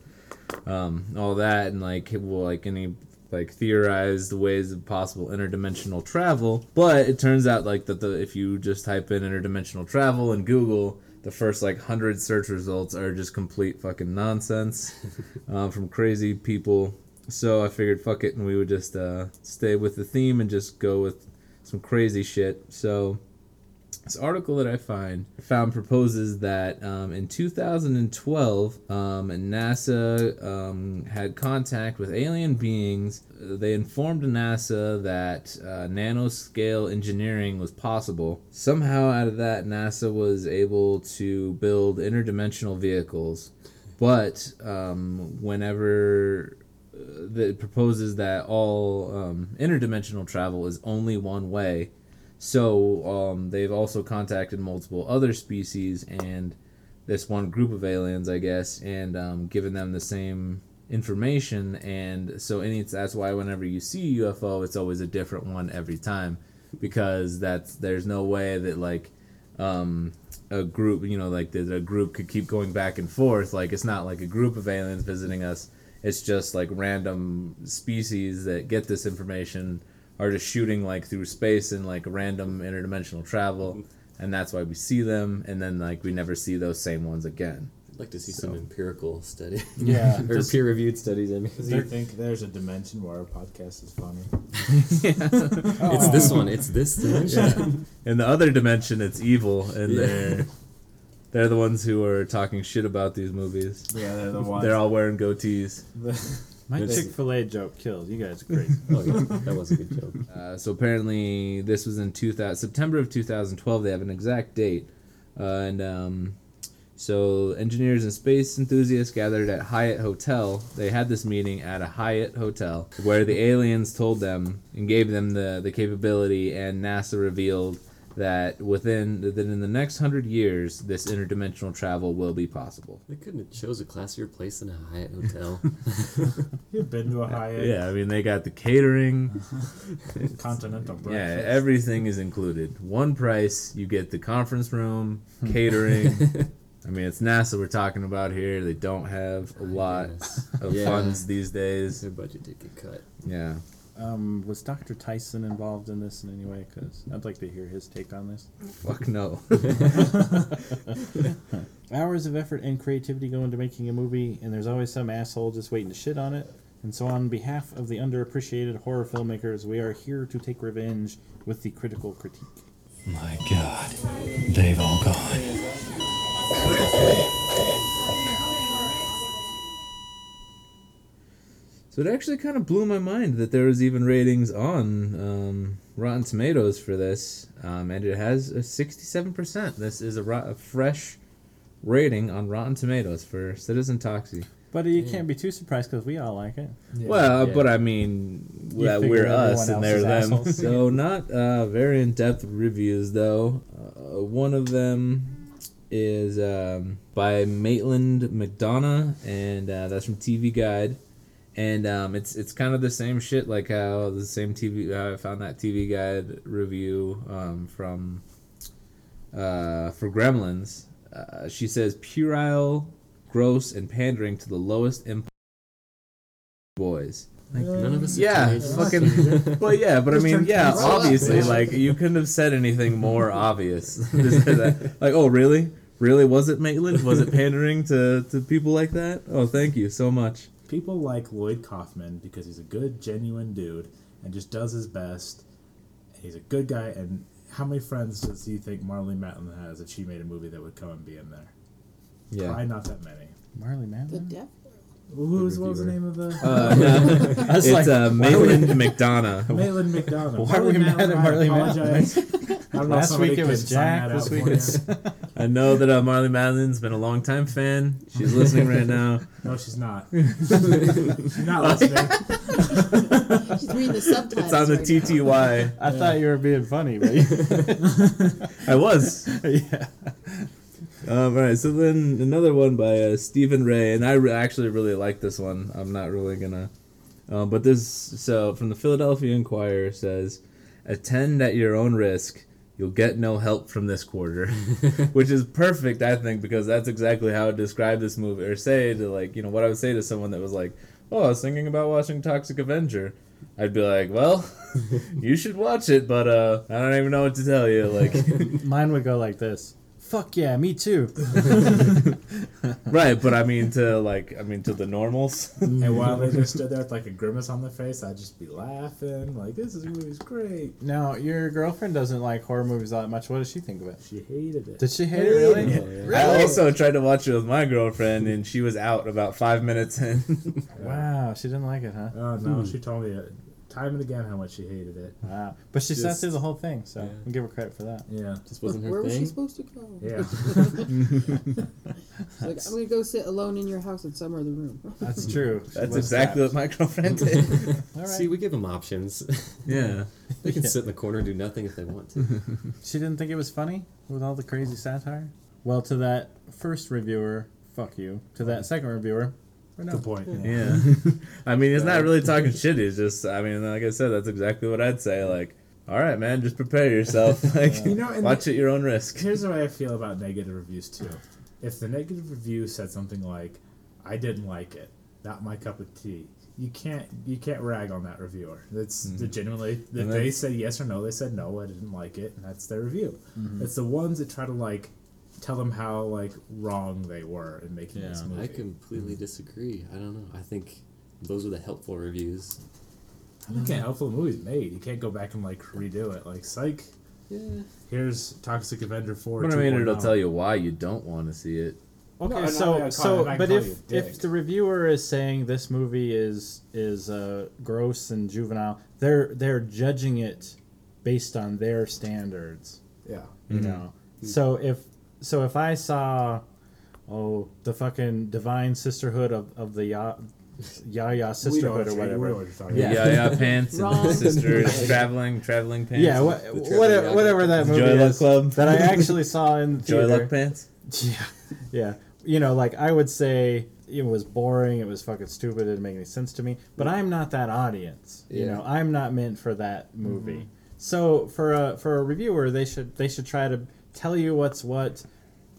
[SPEAKER 5] um, all that, and like it will like any like theorize the ways of possible interdimensional travel. But it turns out like that the if you just type in interdimensional travel in Google, the first like hundred search results are just complete fucking nonsense um, from crazy people. So I figured fuck it, and we would just uh, stay with the theme and just go with some crazy shit. So this article that I find found proposes that um, in 2012, um, NASA um, had contact with alien beings. They informed NASA that uh, nanoscale engineering was possible. Somehow, out of that, NASA was able to build interdimensional vehicles. But um, whenever uh, that proposes that all um, interdimensional travel is only one way, so um, they've also contacted multiple other species and this one group of aliens, I guess, and um, given them the same information. And so any, that's why whenever you see a UFO, it's always a different one every time, because that's there's no way that like um, a group, you know, like that a group could keep going back and forth. Like it's not like a group of aliens visiting us. It's just like random species that get this information are just shooting like through space and like random interdimensional travel, and that's why we see them. And then like we never see those same ones again.
[SPEAKER 2] I'd like to see some
[SPEAKER 5] So.
[SPEAKER 2] empirical study.
[SPEAKER 1] Yeah.
[SPEAKER 2] or peer reviewed studies, I mean.
[SPEAKER 4] Do you think there's a dimension where our podcast is funny?
[SPEAKER 2] It's this one, it's this dimension.
[SPEAKER 5] In the other dimension, it's evil, and
[SPEAKER 2] Yeah.
[SPEAKER 5] they're they're the ones who are talking shit about these movies.
[SPEAKER 4] Yeah, they're the ones.
[SPEAKER 5] They're all wearing goatees.
[SPEAKER 1] My
[SPEAKER 2] It's-
[SPEAKER 1] Chick fil A joke killed. You guys are crazy.
[SPEAKER 2] Oh, yeah, that was a good joke.
[SPEAKER 5] Uh, so apparently, this was in 2000, September of 2012. They have an exact date. Uh, and um, so, engineers and space enthusiasts gathered at Hyatt Hotel. They had this meeting at a Hyatt Hotel where the aliens told them and gave them the, the capability, and NASA revealed that within that in the next hundred years, this interdimensional travel will be possible.
[SPEAKER 2] They couldn't have chose a classier place than a Hyatt hotel.
[SPEAKER 4] You've been to a Hyatt
[SPEAKER 5] Yeah, I mean, they got the catering.
[SPEAKER 4] continental
[SPEAKER 5] Yeah,
[SPEAKER 4] breakfast.
[SPEAKER 5] everything is included. One price, you get the conference room,
[SPEAKER 2] Hmm.
[SPEAKER 5] catering. I mean, it's NASA we're talking about here. They don't have a lot
[SPEAKER 2] Yes.
[SPEAKER 5] of
[SPEAKER 2] Yeah.
[SPEAKER 5] funds these days.
[SPEAKER 2] Their budget did get cut.
[SPEAKER 5] Yeah.
[SPEAKER 1] Um, was Dr. Tyson involved in this in any way? Because I'd like to hear his take on this.
[SPEAKER 5] Fuck no.
[SPEAKER 1] Hours of effort and creativity go into making a movie, and there's always some asshole just waiting to shit on it. And so, on behalf of the underappreciated horror filmmakers, we are here to take revenge with the critical critique.
[SPEAKER 6] My God, they've all gone.
[SPEAKER 5] so it actually kind of blew my mind that there was even ratings on um, Rotten Tomatoes for this, um, and it has a 67%. This is a, rot- a fresh rating on Rotten Tomatoes for Citizen Toxie.
[SPEAKER 1] But you can't be too surprised because we all like it.
[SPEAKER 5] Well,
[SPEAKER 2] Yeah.
[SPEAKER 5] but I mean,
[SPEAKER 1] You
[SPEAKER 5] that
[SPEAKER 1] figure
[SPEAKER 5] we're
[SPEAKER 1] everyone
[SPEAKER 5] us and
[SPEAKER 1] else
[SPEAKER 5] they're
[SPEAKER 1] is
[SPEAKER 5] them.
[SPEAKER 1] assholes.
[SPEAKER 5] So not uh, very in-depth reviews though. Uh, one of them is um, by Maitland McDonough, and uh, that's from TV Guide. And um, it's it's kind of the same shit, like how the same TV how I found that TV Guide review um, from uh, for Gremlins. Uh, she says puerile, gross, and pandering to the lowest impulse boys.
[SPEAKER 2] Like, none of us are
[SPEAKER 5] Yeah,
[SPEAKER 2] teenagers.
[SPEAKER 5] fucking. But yeah, but I
[SPEAKER 4] Just
[SPEAKER 5] mean,
[SPEAKER 4] turn
[SPEAKER 5] yeah,
[SPEAKER 4] things up,
[SPEAKER 5] obviously,
[SPEAKER 4] man.
[SPEAKER 5] like you couldn't have said anything more obvious. like, oh, really? Really, was it Maitland? Was it pandering to, to people like that? Oh, thank you so much.
[SPEAKER 4] People like Lloyd Kaufman because he's a good, genuine dude and just does his best. He's a good guy. And how many friends does he think Marley Matlin has if she made a movie that would come and be in there? Probably not that many.
[SPEAKER 1] Marley
[SPEAKER 3] The
[SPEAKER 1] Matlin.
[SPEAKER 3] death?
[SPEAKER 4] Who was, what was the
[SPEAKER 2] reviewer.
[SPEAKER 4] name of the
[SPEAKER 5] Uh, no.
[SPEAKER 1] I was
[SPEAKER 5] it's
[SPEAKER 1] like,
[SPEAKER 5] uh,
[SPEAKER 1] why would-
[SPEAKER 5] Maitland McDonough.
[SPEAKER 4] Maitland McDonald.
[SPEAKER 1] Why are we mad at Marley Last week it was Jack, this week it's-
[SPEAKER 5] I know that uh, Marley Madeline's been a long time fan. She's listening right now.
[SPEAKER 4] No, she's not. she's not listening.
[SPEAKER 3] She's reading the subtitles.
[SPEAKER 5] It's on the
[SPEAKER 3] right now.
[SPEAKER 5] TTY.
[SPEAKER 1] I thought you were being funny, but you-
[SPEAKER 5] I was.
[SPEAKER 1] yeah.
[SPEAKER 5] Um, all right, so then another one by uh, Stephen Ray, and I re- actually really like this one. I'm not really gonna, um, but this so from the Philadelphia Inquirer says, "Attend at your own risk. You'll get no help from this quarter," which is perfect, I think, because that's exactly how I would describe this movie or say to like you know what I would say to someone that was like, "Oh, I was thinking about watching Toxic Avenger." I'd be like, "Well, you should watch it, but uh, I don't even know what to tell you." Like.
[SPEAKER 1] Mine would go like this. Fuck yeah, me too.
[SPEAKER 5] Right, but I mean to like I mean to the normals.
[SPEAKER 4] And while they just stood there with like a grimace on their face, I'd just be laughing, like, this is movie's great.
[SPEAKER 1] Now, your girlfriend doesn't like horror movies that much. What does she think of it?
[SPEAKER 4] She hated it.
[SPEAKER 1] Did she hate it really?
[SPEAKER 5] I also tried to watch it with my girlfriend and she was out about five minutes in.
[SPEAKER 1] Wow, she didn't like it, huh?
[SPEAKER 4] Oh, no, she told me uh, time and again how much she hated it.
[SPEAKER 1] Wow. But she sat
[SPEAKER 2] Just-
[SPEAKER 1] through the whole thing, so
[SPEAKER 2] yeah.
[SPEAKER 1] I'll give her credit for that.
[SPEAKER 4] Yeah.
[SPEAKER 2] Just wasn't
[SPEAKER 3] Where
[SPEAKER 2] her
[SPEAKER 3] was she
[SPEAKER 2] thing.
[SPEAKER 3] supposed to go?
[SPEAKER 4] Yeah.
[SPEAKER 3] She's like, I'm gonna go sit alone in your house in some other room.
[SPEAKER 1] That's true. She
[SPEAKER 5] That's
[SPEAKER 1] was
[SPEAKER 5] exactly what
[SPEAKER 1] trapped.
[SPEAKER 5] my girlfriend did.
[SPEAKER 1] All right.
[SPEAKER 2] See, we give them options.
[SPEAKER 5] yeah.
[SPEAKER 2] they can
[SPEAKER 1] Yeah.
[SPEAKER 2] sit in the corner and do nothing if they want to.
[SPEAKER 1] She didn't think it was funny with all the crazy satire? Well, to that first reviewer, fuck you. To that second reviewer, we're
[SPEAKER 4] Good
[SPEAKER 1] not.
[SPEAKER 4] point. Yeah.
[SPEAKER 5] Yeah. I mean it's not really talking shit, it's just I mean like I said, that's exactly what I'd say, like all right, man. Just prepare yourself. Like,
[SPEAKER 4] You know, and
[SPEAKER 5] watch at your own risk.
[SPEAKER 4] Here's the way I feel about negative reviews, too. If the negative review said something like, I didn't like it, not my cup of tea. You can't you can't rag on that reviewer. That's the genuinely that
[SPEAKER 5] And
[SPEAKER 4] they
[SPEAKER 5] that's-
[SPEAKER 4] said yes or no. They said no. I didn't like it, and that's their review. It's the ones that try to like tell them how like wrong they were in making this
[SPEAKER 1] Yeah, I
[SPEAKER 4] movie.
[SPEAKER 2] I completely disagree. I don't know. I think those are the helpful reviews.
[SPEAKER 4] You can't help the movie's made. You can't go back and like redo it. Like psych.
[SPEAKER 2] Yeah.
[SPEAKER 4] Here's Toxic Avenger Four. oh.
[SPEAKER 5] But I mean, it'll
[SPEAKER 4] 2.0.
[SPEAKER 5] tell you why you don't want to see it.
[SPEAKER 1] Okay,
[SPEAKER 4] No, no, I
[SPEAKER 1] so
[SPEAKER 4] can
[SPEAKER 1] so,
[SPEAKER 4] call- I can
[SPEAKER 1] but
[SPEAKER 4] call
[SPEAKER 1] if
[SPEAKER 4] you a dick.
[SPEAKER 1] if the reviewer is saying this movie is is uh, gross and juvenile, they're they're judging it based on their standards.
[SPEAKER 4] Yeah.
[SPEAKER 1] you know. So if so, if I saw, oh, the fucking divine sisterhood of of the ya, Yaya
[SPEAKER 4] We know
[SPEAKER 1] sisterhood
[SPEAKER 4] what
[SPEAKER 1] or
[SPEAKER 4] you're- we know
[SPEAKER 1] whatever.
[SPEAKER 4] what you're talking
[SPEAKER 1] Yeah.
[SPEAKER 5] Yeah,
[SPEAKER 4] about.
[SPEAKER 5] yeah, pants and
[SPEAKER 3] Wrong.
[SPEAKER 5] the sisters traveling, traveling pants.
[SPEAKER 1] Yeah, wha-
[SPEAKER 2] The Trevor
[SPEAKER 1] whatever,
[SPEAKER 2] Yaya.
[SPEAKER 1] whatever that movie
[SPEAKER 5] Joy Luck
[SPEAKER 1] is
[SPEAKER 5] Club.
[SPEAKER 1] that I actually saw in the
[SPEAKER 5] Joy
[SPEAKER 1] theater.
[SPEAKER 5] luck pants.
[SPEAKER 1] Yeah, yeah. You know, like I would say it was boring. It was fucking stupid. It didn't make any sense to me. But I'm not that audience. You
[SPEAKER 2] Yeah.
[SPEAKER 1] know, I'm not meant for that movie. So for a for a reviewer, they should they should try to tell you what's what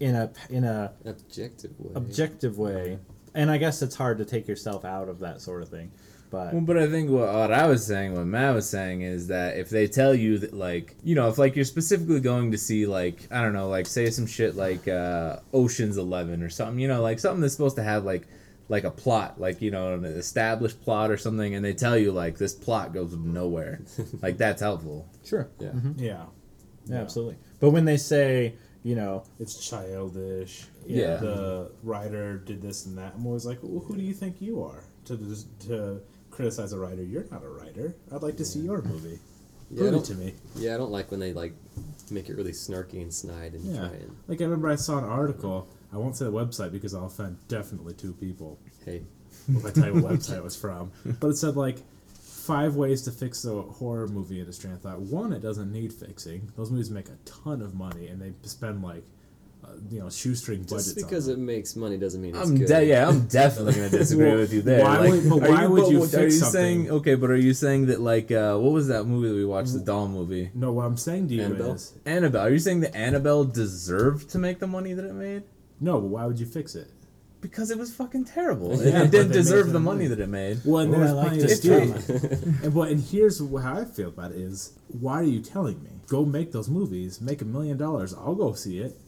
[SPEAKER 1] in a in a
[SPEAKER 2] Objective way.
[SPEAKER 1] objective way. And I guess it's hard to take yourself out of that sort of thing. But
[SPEAKER 5] Well, but I think what, what I was saying, what Matt was saying, is that if they tell you that, like, you know, if like you're specifically going to see, like, I don't know, like, say some shit like uh, Ocean's Eleven or something, you know, like something that's supposed to have like, like a plot, like you know, an established plot or something, and they tell you like this plot goes nowhere, like that's helpful.
[SPEAKER 1] sure.
[SPEAKER 2] Yeah.
[SPEAKER 4] Yeah.
[SPEAKER 1] Yeah, absolutely. But when they say, you know,
[SPEAKER 4] It's childish.
[SPEAKER 5] Yeah.
[SPEAKER 4] The writer did this and that. I'm always like, well, who do you think you are to dis- to criticize a writer? You're not a writer. I'd like to see your movie.
[SPEAKER 2] Yeah, I
[SPEAKER 4] Prove it
[SPEAKER 2] don't-
[SPEAKER 4] to me.
[SPEAKER 2] Yeah, I don't like when they like make it really snarky and snide and
[SPEAKER 4] Yeah.
[SPEAKER 2] try and
[SPEAKER 4] Like I remember I saw an article. I won't say the website because I'll offend definitely two people.
[SPEAKER 2] hey,
[SPEAKER 4] if I tell you what website it was from. But it said like five ways to fix the horror movie industry. And I thought one, it doesn't need fixing. Those movies make a ton of money, and they spend like uh, you know shoestring budgets.
[SPEAKER 2] just because
[SPEAKER 4] on
[SPEAKER 2] it makes money doesn't mean it's
[SPEAKER 5] I'm
[SPEAKER 2] good.
[SPEAKER 5] de- Um, yeah, I'm definitely gonna disagree
[SPEAKER 4] Well,
[SPEAKER 5] with you there.
[SPEAKER 4] why
[SPEAKER 5] like,
[SPEAKER 4] would- but
[SPEAKER 5] are
[SPEAKER 4] why
[SPEAKER 5] you,
[SPEAKER 4] would
[SPEAKER 5] but
[SPEAKER 4] you
[SPEAKER 5] what- are
[SPEAKER 4] fix
[SPEAKER 5] you
[SPEAKER 4] something?
[SPEAKER 5] saying okay? But are you saying that like uh, what was that movie that we watched? The
[SPEAKER 4] Mm.
[SPEAKER 5] doll movie.
[SPEAKER 4] it. No, what I'm saying to you
[SPEAKER 2] Annabelle?
[SPEAKER 4] is
[SPEAKER 5] Annabelle. Are you saying that Annabelle deserved to make the money that it made?
[SPEAKER 4] no. But why would you fix it?
[SPEAKER 5] Because it was fucking terrible.
[SPEAKER 4] Yeah,
[SPEAKER 5] it
[SPEAKER 4] but
[SPEAKER 5] didn't
[SPEAKER 4] they
[SPEAKER 5] deserve
[SPEAKER 4] made
[SPEAKER 5] the
[SPEAKER 4] the
[SPEAKER 5] money
[SPEAKER 4] money.
[SPEAKER 5] that it made.
[SPEAKER 4] Well,
[SPEAKER 1] and Ooh, there's I like plenty of this
[SPEAKER 5] drama.
[SPEAKER 4] and well, and here's how I feel about it is why are you telling me go make those movies, make a million dollars, I'll go see it.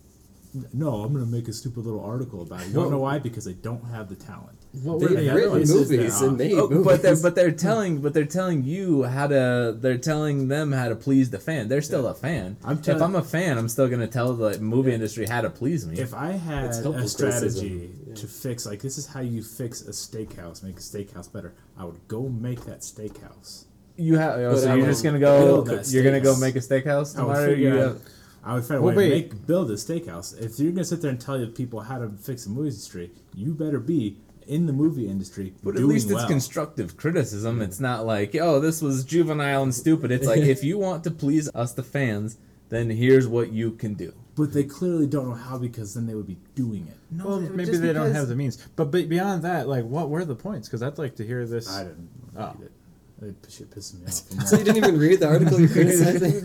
[SPEAKER 4] no, I'm gonna make a stupid little article about it. You don't know why? Because they don't have the talent.
[SPEAKER 1] What
[SPEAKER 5] They
[SPEAKER 1] were the
[SPEAKER 4] Yeah,
[SPEAKER 1] other
[SPEAKER 4] really-
[SPEAKER 2] Written
[SPEAKER 1] ones?
[SPEAKER 4] is
[SPEAKER 2] movies
[SPEAKER 4] that-
[SPEAKER 2] and made
[SPEAKER 5] Oh,
[SPEAKER 2] movies.
[SPEAKER 5] but they're but they're telling but they're telling you how to they're telling them how to please the fan. They're still a fan.
[SPEAKER 4] I'm
[SPEAKER 5] if
[SPEAKER 4] telling-
[SPEAKER 5] I'm a fan, I'm still gonna tell the movie industry how to please me.
[SPEAKER 4] If I had
[SPEAKER 2] It's helpful
[SPEAKER 4] a strategy
[SPEAKER 2] criticism, yeah.
[SPEAKER 4] to fix, like this is how you fix a steakhouse, make a steakhouse better, I would go make that steakhouse.
[SPEAKER 5] you have oh,
[SPEAKER 2] But
[SPEAKER 5] so
[SPEAKER 2] I
[SPEAKER 5] you're just
[SPEAKER 2] will
[SPEAKER 5] gonna
[SPEAKER 4] build
[SPEAKER 5] go
[SPEAKER 4] that
[SPEAKER 5] you're gonna go
[SPEAKER 4] steakhouse.
[SPEAKER 5] make a steakhouse
[SPEAKER 4] I would
[SPEAKER 5] tomorrow. You
[SPEAKER 4] figure out.
[SPEAKER 5] have,
[SPEAKER 4] I would find a
[SPEAKER 1] Well,
[SPEAKER 4] way to
[SPEAKER 1] wait.
[SPEAKER 4] make build a steakhouse. If you're gonna sit there and tell the people how to fix the movie industry, you better be in the movie industry.
[SPEAKER 5] But
[SPEAKER 4] doing
[SPEAKER 5] at least it's
[SPEAKER 4] well.
[SPEAKER 5] constructive criticism.
[SPEAKER 4] Mm.
[SPEAKER 5] It's not like, oh, this was juvenile and stupid. It's like, if you want to please us, the fans, then here's what you can do.
[SPEAKER 4] But they clearly don't know how because then they would be doing it.
[SPEAKER 1] well, maybe they don't have the means. But, but beyond that, like, what were the points? Because I'd like to hear this.
[SPEAKER 4] I didn't
[SPEAKER 1] Oh.
[SPEAKER 4] read it. It shit pisses me off.
[SPEAKER 2] so you didn't even read the article you're criticizing.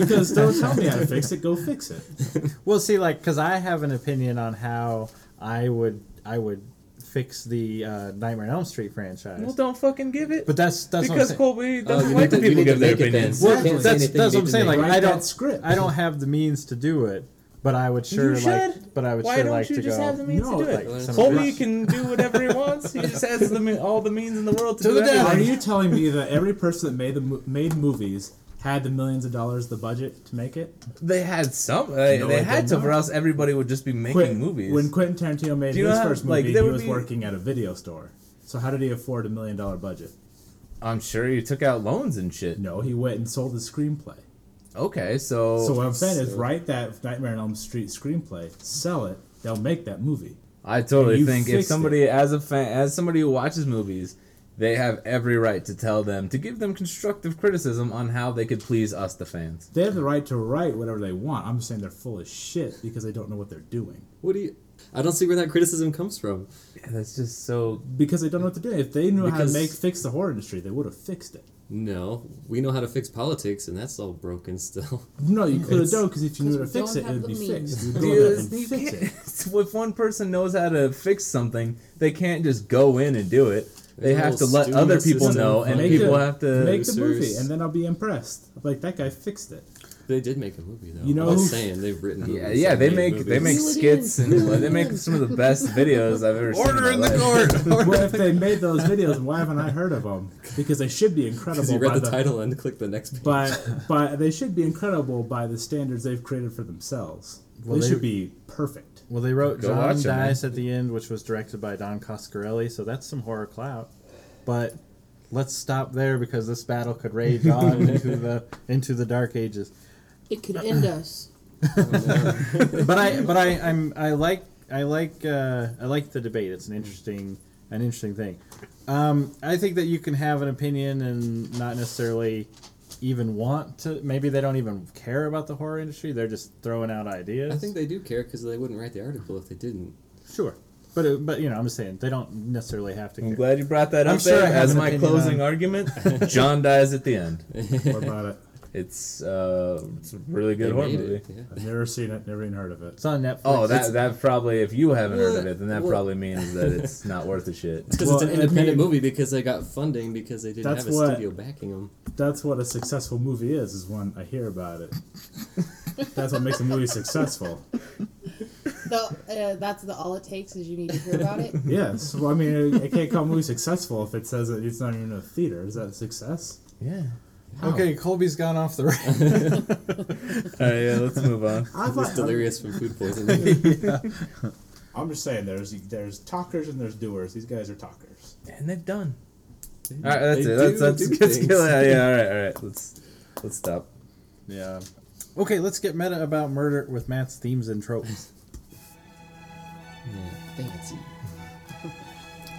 [SPEAKER 4] because don't tell me how to fix it. Go fix it.
[SPEAKER 1] Well, see, like, because I have an opinion on how I would I would fix the uh, Nightmare on Elm Street franchise.
[SPEAKER 5] Well, don't fucking give it.
[SPEAKER 1] but that's that's
[SPEAKER 5] because
[SPEAKER 1] what I'm saying.
[SPEAKER 5] Colby
[SPEAKER 2] Oh,
[SPEAKER 5] doesn't
[SPEAKER 2] you
[SPEAKER 5] like
[SPEAKER 2] need to-
[SPEAKER 5] when
[SPEAKER 2] you
[SPEAKER 5] people
[SPEAKER 2] need
[SPEAKER 5] give
[SPEAKER 2] to
[SPEAKER 5] their
[SPEAKER 2] make it then.
[SPEAKER 5] opinions.
[SPEAKER 2] You
[SPEAKER 1] Well,
[SPEAKER 2] can't say
[SPEAKER 1] that's
[SPEAKER 2] anything,
[SPEAKER 1] that's what I'm
[SPEAKER 2] you need to
[SPEAKER 1] saying.
[SPEAKER 2] make
[SPEAKER 1] Like,
[SPEAKER 4] Write
[SPEAKER 1] I
[SPEAKER 4] that
[SPEAKER 1] don't
[SPEAKER 4] script.
[SPEAKER 1] I don't have the means to do it, but I would sure like. But I would
[SPEAKER 5] Why
[SPEAKER 1] sure
[SPEAKER 5] don't
[SPEAKER 1] like
[SPEAKER 5] you
[SPEAKER 1] to
[SPEAKER 5] just
[SPEAKER 1] go.
[SPEAKER 5] have the means
[SPEAKER 4] No,
[SPEAKER 5] to do it?
[SPEAKER 1] like,
[SPEAKER 2] some
[SPEAKER 5] Colby
[SPEAKER 1] bitch.
[SPEAKER 5] can do whatever he wants. He just has the, me- all the means in the world to,
[SPEAKER 1] To
[SPEAKER 5] do
[SPEAKER 1] the death.
[SPEAKER 4] Are
[SPEAKER 5] everything.
[SPEAKER 4] you telling me that every person that made the mo- made movies had the millions of dollars, the budget to make it?
[SPEAKER 5] They had some. They,
[SPEAKER 4] No,
[SPEAKER 5] they
[SPEAKER 4] I
[SPEAKER 5] had
[SPEAKER 4] did
[SPEAKER 5] to,
[SPEAKER 4] not.
[SPEAKER 5] or else everybody would just be making
[SPEAKER 4] Quentin-
[SPEAKER 5] movies.
[SPEAKER 4] When Quentin Tarantino made
[SPEAKER 5] Do you
[SPEAKER 4] his
[SPEAKER 5] know how-
[SPEAKER 4] first
[SPEAKER 5] like,
[SPEAKER 4] movie,
[SPEAKER 5] there
[SPEAKER 4] he
[SPEAKER 5] would
[SPEAKER 4] was
[SPEAKER 5] be-
[SPEAKER 4] working at a video store. So how did he afford a million dollar budget?
[SPEAKER 5] I'm sure you took out loans and shit.
[SPEAKER 4] No, he went and sold the screenplay.
[SPEAKER 5] Okay, Oh, so
[SPEAKER 4] so what I'm saying is,
[SPEAKER 2] so-
[SPEAKER 4] write that Nightmare on Elm Street screenplay, sell it, they'll make that movie.
[SPEAKER 5] I totally
[SPEAKER 4] You
[SPEAKER 5] think if
[SPEAKER 4] fixed
[SPEAKER 5] somebody as a fan, as somebody who watches movies, they have every right to tell them to give them constructive criticism on how they could please us, the fans.
[SPEAKER 4] They have the right to write whatever they want. I'm just saying they're full of shit because they don't know what they're doing.
[SPEAKER 2] What do you? I don't see where that criticism comes from.
[SPEAKER 5] Yeah, that's just so.
[SPEAKER 4] Because they don't know what they're doing. If they knew
[SPEAKER 2] Because-
[SPEAKER 4] how to make fix the horror industry, they would have fixed it.
[SPEAKER 2] No, we know how to fix politics, and that's all broken still.
[SPEAKER 4] No, you clearly don't, because if you knew how to
[SPEAKER 3] Because we
[SPEAKER 4] fix it,
[SPEAKER 3] don't
[SPEAKER 4] it
[SPEAKER 3] have
[SPEAKER 4] would be
[SPEAKER 3] the
[SPEAKER 4] fixed.
[SPEAKER 3] means.
[SPEAKER 4] You would go ahead
[SPEAKER 5] Dude,
[SPEAKER 4] and
[SPEAKER 5] you
[SPEAKER 4] fix
[SPEAKER 5] can't-
[SPEAKER 4] it.
[SPEAKER 5] if one person knows how to fix something, they can't just go in and do it. They
[SPEAKER 2] There's a
[SPEAKER 5] have to
[SPEAKER 2] whole
[SPEAKER 5] let
[SPEAKER 2] student
[SPEAKER 5] other people
[SPEAKER 2] system
[SPEAKER 5] know, and
[SPEAKER 2] for
[SPEAKER 4] Make
[SPEAKER 5] people
[SPEAKER 4] it-
[SPEAKER 5] have to.
[SPEAKER 4] make the movie,
[SPEAKER 2] producers.
[SPEAKER 4] and then I'll be impressed. I'm Like that guy fixed it.
[SPEAKER 2] They did make a movie though.
[SPEAKER 4] You know-
[SPEAKER 2] I'm just saying they've written.
[SPEAKER 5] yeah,
[SPEAKER 2] movies,
[SPEAKER 5] yeah,
[SPEAKER 2] they've
[SPEAKER 5] they
[SPEAKER 2] made
[SPEAKER 5] make they make
[SPEAKER 2] movies.
[SPEAKER 3] Do it
[SPEAKER 5] skits
[SPEAKER 3] again.
[SPEAKER 5] and
[SPEAKER 3] Do it
[SPEAKER 5] they make
[SPEAKER 3] again.
[SPEAKER 5] some of the best videos I've ever seen.
[SPEAKER 1] Order in the
[SPEAKER 5] my life.
[SPEAKER 1] court.
[SPEAKER 4] Well, if they made those videos, why haven't I heard of them? Because they should be
[SPEAKER 2] Because
[SPEAKER 4] incredible.
[SPEAKER 2] you
[SPEAKER 4] by
[SPEAKER 2] read the, title and clicked the next page.
[SPEAKER 4] But but they should be incredible by the standards they've created for themselves.
[SPEAKER 1] Well,
[SPEAKER 4] they,
[SPEAKER 1] they-
[SPEAKER 4] should be perfect.
[SPEAKER 1] Well, they wrote
[SPEAKER 5] Go
[SPEAKER 1] John
[SPEAKER 5] watch 'em, man.
[SPEAKER 1] Dice at the end, which was directed by Don Coscarelli, so that's some horror clout. But let's stop there because this battle could rage on into the into the dark ages.
[SPEAKER 3] It could end us.
[SPEAKER 1] But I but I I'm I like I like uh, I like the debate. It's an interesting an interesting thing. Um, I think that you can have an opinion and not necessarily even want to. Maybe they don't even care about the horror industry. They're just throwing out ideas.
[SPEAKER 2] I think they do care because they wouldn't write the article if they didn't.
[SPEAKER 1] sure. But, it, but you know I'm just saying they don't necessarily have to.
[SPEAKER 5] I'm
[SPEAKER 1] care.
[SPEAKER 5] glad you brought that
[SPEAKER 1] I'm
[SPEAKER 5] up
[SPEAKER 1] sure
[SPEAKER 5] there
[SPEAKER 1] I have
[SPEAKER 5] as
[SPEAKER 1] an
[SPEAKER 5] my
[SPEAKER 1] opinion
[SPEAKER 5] closing
[SPEAKER 1] on-
[SPEAKER 5] argument. John dies at the end.
[SPEAKER 4] What about it?
[SPEAKER 5] It's uh, it's a really good
[SPEAKER 2] They
[SPEAKER 5] horror
[SPEAKER 2] made
[SPEAKER 5] movie.
[SPEAKER 2] it, yeah.
[SPEAKER 4] I've never seen it. Never even heard of it.
[SPEAKER 1] It's on Netflix.
[SPEAKER 5] Oh, that that probably if you haven't heard of
[SPEAKER 2] Well,
[SPEAKER 5] it, then that
[SPEAKER 2] well-
[SPEAKER 5] probably means that it's not worth a shit.
[SPEAKER 2] Because
[SPEAKER 4] Well,
[SPEAKER 2] it's an
[SPEAKER 4] I
[SPEAKER 2] independent
[SPEAKER 4] mean-
[SPEAKER 2] movie because they got funding because they didn't
[SPEAKER 4] That's
[SPEAKER 2] have a
[SPEAKER 4] what-
[SPEAKER 2] studio backing them.
[SPEAKER 4] That's what a successful movie is. Is when I hear about it. That's what makes a movie successful.
[SPEAKER 3] The, uh, that's the all it takes is you need to hear about it.
[SPEAKER 4] Yes. Well, I mean, I, I can't call a movie successful if it says that it's not even in a theater. Is that a success?
[SPEAKER 5] Yeah.
[SPEAKER 4] oh.
[SPEAKER 1] Okay, Colby's gone off the rails.
[SPEAKER 5] All right, yeah, let's move on.
[SPEAKER 4] Oh. I
[SPEAKER 2] He was delirious from food poisoning.
[SPEAKER 4] I'm just saying, there's there's talkers and there's doers. These guys are talkers.
[SPEAKER 5] And they've done. All right, that's
[SPEAKER 2] They
[SPEAKER 5] it. Let's
[SPEAKER 2] do
[SPEAKER 5] let's,
[SPEAKER 2] do
[SPEAKER 5] let's
[SPEAKER 2] things.
[SPEAKER 5] kill it. Yeah, all right, all right. Let's let's stop.
[SPEAKER 1] yeah. Okay, let's get meta about murder with Matt's themes and tropes.
[SPEAKER 2] Yeah, fancy.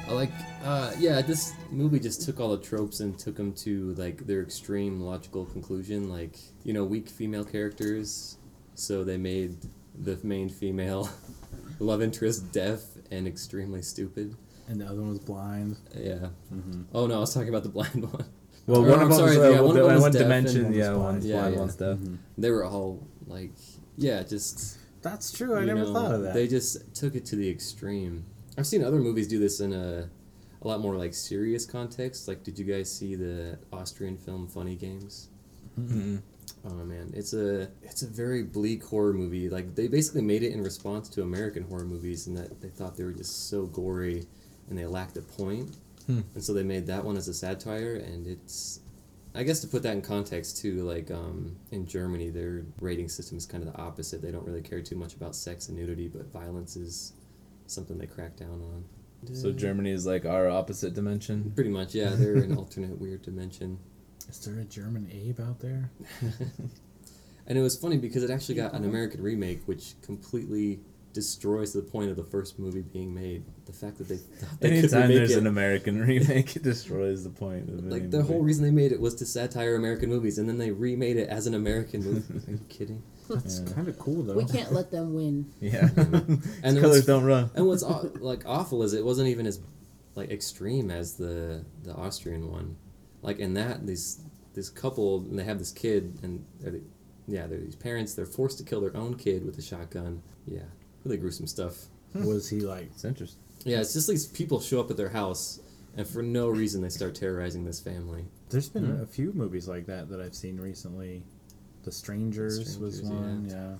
[SPEAKER 2] I like, uh, yeah, this movie just took all the tropes and took them to like their extreme logical conclusion. Like, you know, weak female characters, so they made the main female love interest deaf and extremely stupid.
[SPEAKER 1] And the other one was blind.
[SPEAKER 2] Yeah. Oh no, I was talking about the blind one.
[SPEAKER 5] Well,
[SPEAKER 2] Or,
[SPEAKER 5] one
[SPEAKER 2] I'm
[SPEAKER 5] of them's
[SPEAKER 2] sorry,
[SPEAKER 5] uh,
[SPEAKER 2] yeah, one of them
[SPEAKER 5] one,
[SPEAKER 2] was
[SPEAKER 5] one
[SPEAKER 2] deaf and
[SPEAKER 5] dimension.
[SPEAKER 1] one was
[SPEAKER 5] Yeah,
[SPEAKER 1] blind.
[SPEAKER 5] one's
[SPEAKER 2] Yeah,
[SPEAKER 5] blind,
[SPEAKER 2] yeah. Mm-hmm.
[SPEAKER 5] one's deaf.
[SPEAKER 2] They were all like, yeah, just
[SPEAKER 1] That's true. I
[SPEAKER 2] you
[SPEAKER 1] never
[SPEAKER 2] know,
[SPEAKER 1] thought of that.
[SPEAKER 2] They just took it to the extreme. I've seen other movies do this in a, a lot more like serious context. Like, did you guys see the Austrian film Funny Games?
[SPEAKER 1] Mm-hmm.
[SPEAKER 2] Oh man, it's a it's a very bleak horror movie. Like they basically made it in response to American horror movies, and that they thought they were just so gory, and they lacked a point.
[SPEAKER 1] Hmm.
[SPEAKER 2] And so they made that one as a satire, and it's, I guess to put that in context too, like um, in Germany, their rating system is kind of the opposite. They don't really care too much about sex and nudity, but violence is something they crack down on.
[SPEAKER 5] So Germany is like our opposite dimension.
[SPEAKER 2] Pretty much, yeah, they're an alternate weird dimension.
[SPEAKER 1] Is there a German Abe out there?
[SPEAKER 2] And it was funny because it actually got an American remake, which completely destroys the point of the first movie being made. The fact that they thought they could
[SPEAKER 5] Anytime
[SPEAKER 2] remake
[SPEAKER 5] there's
[SPEAKER 2] it.
[SPEAKER 5] an American remake, it destroys the point of any
[SPEAKER 2] like the whole
[SPEAKER 5] movie.
[SPEAKER 2] reason they made it was to satire American movies, and then they remade it as an American movie. Are you kidding?
[SPEAKER 1] That's kind of cool though.
[SPEAKER 3] We can't let them win.
[SPEAKER 5] Yeah,
[SPEAKER 2] And
[SPEAKER 5] and
[SPEAKER 2] it
[SPEAKER 5] colors
[SPEAKER 2] was-
[SPEAKER 5] don't run.
[SPEAKER 2] And what's aw- like awful is it wasn't even as like extreme as the the Austrian one. Like in that, these this couple and they have this kid, and they're the, yeah, they're these parents. They're forced to kill their own kid with a shotgun. Yeah, really gruesome stuff.
[SPEAKER 5] Hmm.
[SPEAKER 1] Was he like?
[SPEAKER 5] It's interesting.
[SPEAKER 2] Yeah, it's just these people show up at their house, and for no reason they start terrorizing this family.
[SPEAKER 1] There's been
[SPEAKER 5] Hmm.
[SPEAKER 1] a few movies like that that I've seen recently. The Strangers, was
[SPEAKER 2] Strangers, yeah.
[SPEAKER 1] one. Yeah.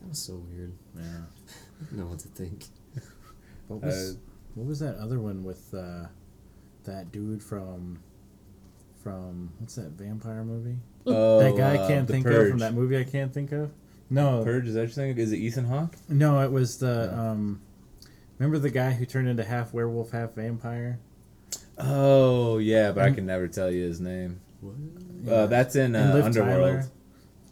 [SPEAKER 2] That was so weird.
[SPEAKER 1] Yeah.
[SPEAKER 2] I don't know what to think.
[SPEAKER 1] What was
[SPEAKER 5] Uh,
[SPEAKER 1] what was that other one with uh, that dude from from what's that vampire movie?
[SPEAKER 5] Oh,
[SPEAKER 1] that guy I
[SPEAKER 5] uh,
[SPEAKER 1] can't
[SPEAKER 5] The
[SPEAKER 1] think of
[SPEAKER 5] Purge.
[SPEAKER 1] from that movie. I can't think of. No,
[SPEAKER 5] Purge is that what you're thinking? Is it Ethan Hawke?
[SPEAKER 1] no, it was the um. Remember the guy who turned into half werewolf, half vampire?
[SPEAKER 5] Oh yeah, but I can never tell you his name. Uh, that's in
[SPEAKER 1] And
[SPEAKER 5] uh,
[SPEAKER 1] Liv
[SPEAKER 5] Underworld.
[SPEAKER 1] Tyler.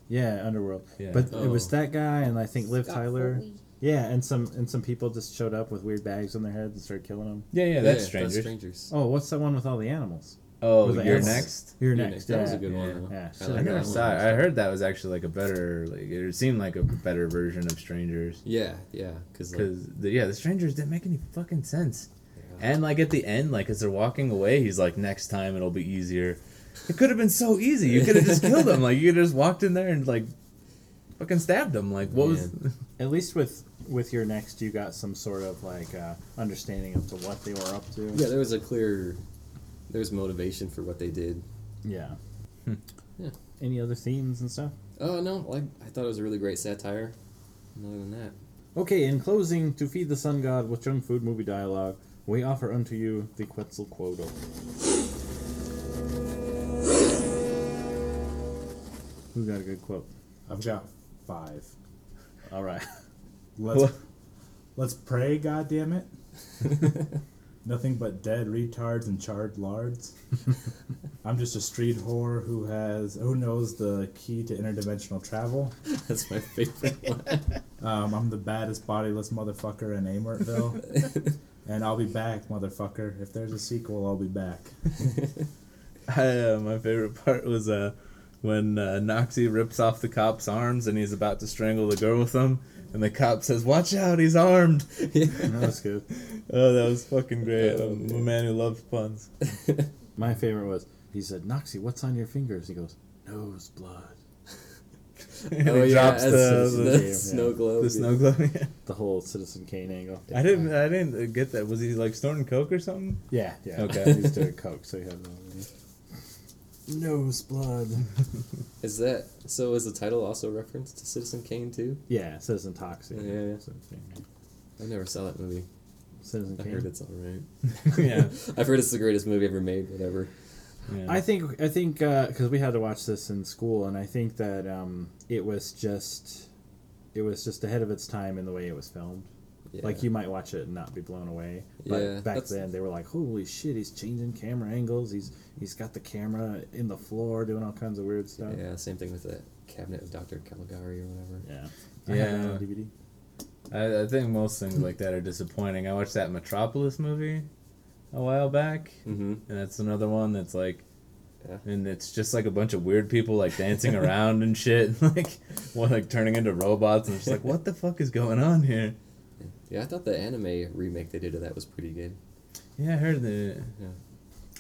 [SPEAKER 1] Yeah, Underworld.
[SPEAKER 5] Yeah.
[SPEAKER 1] But it
[SPEAKER 2] Oh.
[SPEAKER 1] was that guy, and I think Liv
[SPEAKER 3] Scott
[SPEAKER 1] Tyler.
[SPEAKER 3] Foley.
[SPEAKER 1] Yeah, and some and some people just showed up with weird bags on their heads and started killing them.
[SPEAKER 5] Yeah, yeah, that's
[SPEAKER 2] Yeah,
[SPEAKER 5] Strangers.
[SPEAKER 1] Oh, what's that one with all the animals?
[SPEAKER 5] Oh,
[SPEAKER 1] With the
[SPEAKER 5] you're
[SPEAKER 1] animals.
[SPEAKER 5] next.
[SPEAKER 1] You're,
[SPEAKER 2] You're
[SPEAKER 1] next.
[SPEAKER 2] That was
[SPEAKER 1] yeah.
[SPEAKER 2] a good
[SPEAKER 5] yeah,
[SPEAKER 2] one. though.
[SPEAKER 1] yeah.
[SPEAKER 2] I
[SPEAKER 1] So-
[SPEAKER 5] I
[SPEAKER 2] like
[SPEAKER 5] never
[SPEAKER 2] that
[SPEAKER 5] saw
[SPEAKER 2] one.
[SPEAKER 5] it. I heard that was actually like a better, like it seemed like a better version of Strangers.
[SPEAKER 2] Yeah, yeah, because like,
[SPEAKER 5] Because the, yeah, the Strangers didn't make any fucking sense.
[SPEAKER 2] yeah.
[SPEAKER 5] And like at the end, like as they're walking away, he's like, "Next time it'll be easier." It could have been so easy. You could have just killed him. Like you could have just walked in there and like fucking stabbed him. Like what was?
[SPEAKER 1] At least with with your next, you got some sort of like uh, understanding of to what they were up to.
[SPEAKER 2] yeah, there was a clear, there was motivation for what they did.
[SPEAKER 1] Yeah.
[SPEAKER 2] Yeah.
[SPEAKER 1] Any other themes and stuff?
[SPEAKER 2] Oh no, like I thought it was a really great satire. And Other than that,
[SPEAKER 1] Okay. In closing, to feed the sun god with junk food movie dialogue, we offer unto you the Quetzalcoatl. Who got a good quote?
[SPEAKER 4] I've got five.
[SPEAKER 1] All right.
[SPEAKER 4] Let's let's pray, God damn it. Nothing but dead retards and charred lards. I'm just a street whore who has who knows the key to interdimensional travel.
[SPEAKER 2] that's my favorite one.
[SPEAKER 4] Um, I'm the baddest bodiless motherfucker in Amertville. and I'll be back, motherfucker. If there's a sequel, I'll be back.
[SPEAKER 5] I, uh, my favorite part was uh, when uh, Noxie rips off the cop's arms and he's about to strangle the girl with them, and the cop says, "Watch out, he's armed."
[SPEAKER 1] That was good.
[SPEAKER 5] Oh, that was fucking great. I'm a man who loves puns.
[SPEAKER 1] My favorite was he said, Noxie, what's on your fingers? He goes, nose blood.
[SPEAKER 5] And
[SPEAKER 2] oh
[SPEAKER 5] he
[SPEAKER 2] yeah,
[SPEAKER 5] drops
[SPEAKER 2] that's-
[SPEAKER 5] the,
[SPEAKER 2] the,
[SPEAKER 1] game, yeah.
[SPEAKER 2] snow
[SPEAKER 5] the,
[SPEAKER 2] globe.
[SPEAKER 5] the
[SPEAKER 2] yeah.
[SPEAKER 5] snow globe. Yeah.
[SPEAKER 1] The whole Citizen Kane angle.
[SPEAKER 5] I didn't. I didn't get that. Was he like snorting coke or something?
[SPEAKER 1] Yeah, yeah.
[SPEAKER 5] Okay.
[SPEAKER 1] He's doing coke, so he had nose blood.
[SPEAKER 2] Is that so? Is the title also referenced to Citizen Kane too?
[SPEAKER 1] Yeah, Citizen Toxic.
[SPEAKER 2] Yeah, yeah, yeah.
[SPEAKER 1] Citizen-
[SPEAKER 2] I never saw that movie.
[SPEAKER 1] Citizen
[SPEAKER 2] I
[SPEAKER 1] Kane.
[SPEAKER 2] heard it's all right.
[SPEAKER 5] yeah.
[SPEAKER 2] I've heard it's the greatest movie ever made. Whatever.
[SPEAKER 5] yeah.
[SPEAKER 1] I think I think because we had to watch this in school, and I think that um, it was just it was just ahead of its time in the way it was filmed.
[SPEAKER 2] Yeah.
[SPEAKER 1] Like you might watch it and not be blown away, but
[SPEAKER 2] Yeah,
[SPEAKER 1] back
[SPEAKER 2] that's-
[SPEAKER 1] then they were like, "Holy shit, he's changing camera angles. He's he's got the camera in the floor, doing all kinds of weird
[SPEAKER 5] uh,
[SPEAKER 1] stuff."
[SPEAKER 2] Yeah, same thing with the Cabinet of Dr. Caligari or whatever.
[SPEAKER 1] yeah. I have that
[SPEAKER 5] Yeah.
[SPEAKER 1] on DVD.
[SPEAKER 5] I, I think most things like that are disappointing. I watched that Metropolis movie a while back,
[SPEAKER 2] Mm-hmm.
[SPEAKER 5] and that's another one that's like,
[SPEAKER 2] Yeah.
[SPEAKER 5] and it's just like a bunch of weird people like dancing around and shit, like one like turning into robots, and it's just like, what the fuck is going on here?
[SPEAKER 2] Yeah, I thought the anime remake they did of that was pretty good.
[SPEAKER 5] Yeah, I heard that.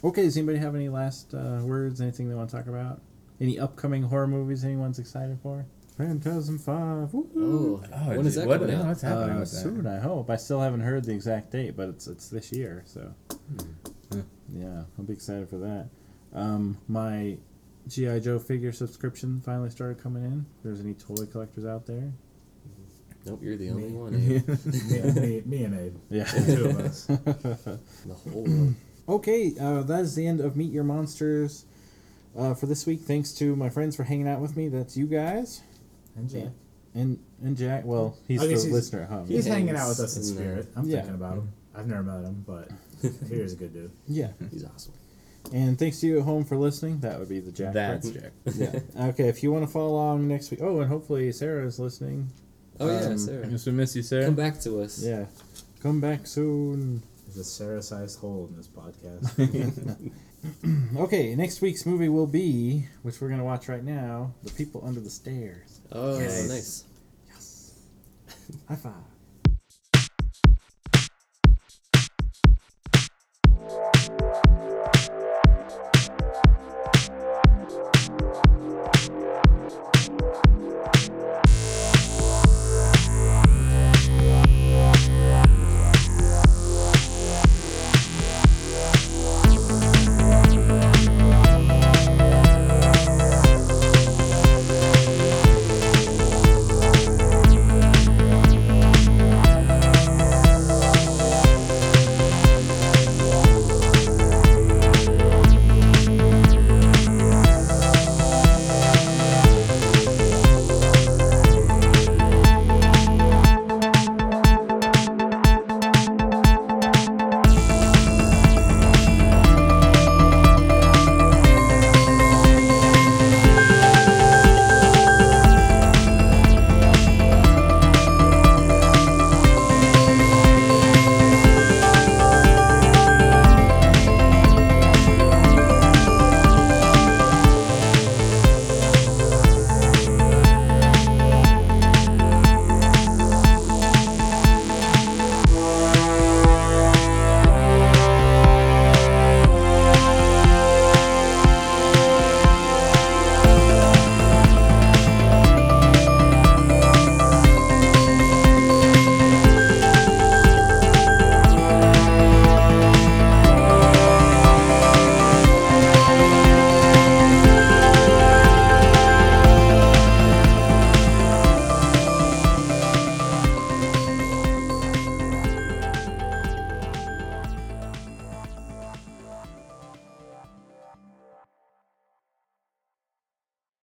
[SPEAKER 1] Okay, does anybody have any last uh, words? Anything they want to talk about? Any upcoming horror movies anyone's excited for? Phantasm Five. woohoo.
[SPEAKER 2] Oh,
[SPEAKER 5] Oh,
[SPEAKER 2] when is that
[SPEAKER 5] what,
[SPEAKER 2] coming
[SPEAKER 5] yeah,
[SPEAKER 2] out?
[SPEAKER 5] What's happening
[SPEAKER 1] Uh,
[SPEAKER 5] with that?
[SPEAKER 1] soon, I hope. I still haven't heard the exact date, but it's it's this year, so yeah, I'll be excited for that. Um, my GI Joe figure subscription finally started coming in. If there's any toy collectors out there?
[SPEAKER 2] Nope, you're the only one. Abe.
[SPEAKER 4] Yeah, me, me and Abe.
[SPEAKER 1] Yeah.
[SPEAKER 4] The two of us.
[SPEAKER 2] The whole world.
[SPEAKER 1] Okay, uh, that is the end of Meet Your Monsters uh, for this week. Thanks to my friends for hanging out with me. That's you guys
[SPEAKER 4] And Jack.
[SPEAKER 1] and and Jack. Well, he's
[SPEAKER 4] I
[SPEAKER 1] the
[SPEAKER 4] guess he's-
[SPEAKER 1] listener at home.
[SPEAKER 4] He's
[SPEAKER 2] Yeah.
[SPEAKER 4] hanging out with us in
[SPEAKER 2] Yeah.
[SPEAKER 4] spirit. I'm
[SPEAKER 1] Yeah.
[SPEAKER 4] thinking about him. I've never met him, but here's a good dude.
[SPEAKER 1] Yeah,
[SPEAKER 2] He's awesome.
[SPEAKER 1] and thanks to you at home for listening. That would be the Jack.
[SPEAKER 5] That's
[SPEAKER 1] part.
[SPEAKER 5] Jack.
[SPEAKER 1] yeah. Okay, if you want to follow along next week. Oh, and hopefully Sarah is listening.
[SPEAKER 2] Oh yeah,
[SPEAKER 1] Um,
[SPEAKER 2] Sarah.
[SPEAKER 5] Yes, we miss you, Sarah.
[SPEAKER 2] Come back to us.
[SPEAKER 1] Yeah, come back soon.
[SPEAKER 4] There's a Sarah sized hole in this podcast.
[SPEAKER 1] Okay, next week's movie will be, which we're gonna watch right now, The People Under the Stairs.
[SPEAKER 2] Oh,
[SPEAKER 1] Yes.
[SPEAKER 2] nice.
[SPEAKER 1] High five.